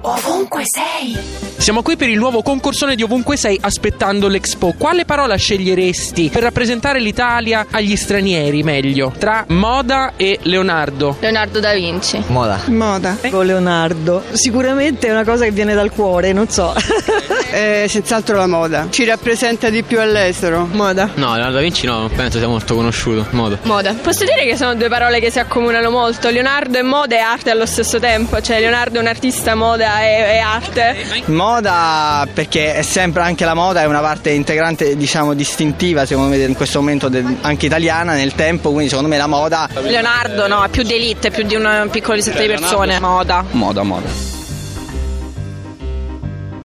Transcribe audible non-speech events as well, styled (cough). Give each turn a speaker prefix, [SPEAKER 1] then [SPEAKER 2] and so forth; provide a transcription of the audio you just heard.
[SPEAKER 1] Ovunque sei!
[SPEAKER 2] Siamo qui per il nuovo concorsone di Ovunque Sei aspettando l'Expo. Quale parola sceglieresti per rappresentare l'Italia agli stranieri, meglio, tra Moda e Leonardo?
[SPEAKER 3] Leonardo da Vinci.
[SPEAKER 4] Moda.
[SPEAKER 5] Moda.
[SPEAKER 6] Con Ecco, Leonardo. Sicuramente è una cosa che viene dal cuore, non so.
[SPEAKER 5] (laughs) Eh, senz'altro la moda. Ci rappresenta di più all'estero.
[SPEAKER 7] Moda. No, Leonardo da Vinci no, penso sia molto conosciuto. Moda.
[SPEAKER 3] Moda. Posso dire che sono due parole che si accomunano molto. Leonardo è moda e arte allo stesso tempo. Cioè, Leonardo è un artista, moda e, e arte.
[SPEAKER 4] Moda perché è sempre anche la moda è una parte integrante, diciamo, distintiva, secondo me, in questo momento del- anche italiana nel tempo, quindi secondo me la moda
[SPEAKER 8] Leonardo no, ha più di elite, più di un piccolo set di persone. Moda.
[SPEAKER 9] Moda, moda.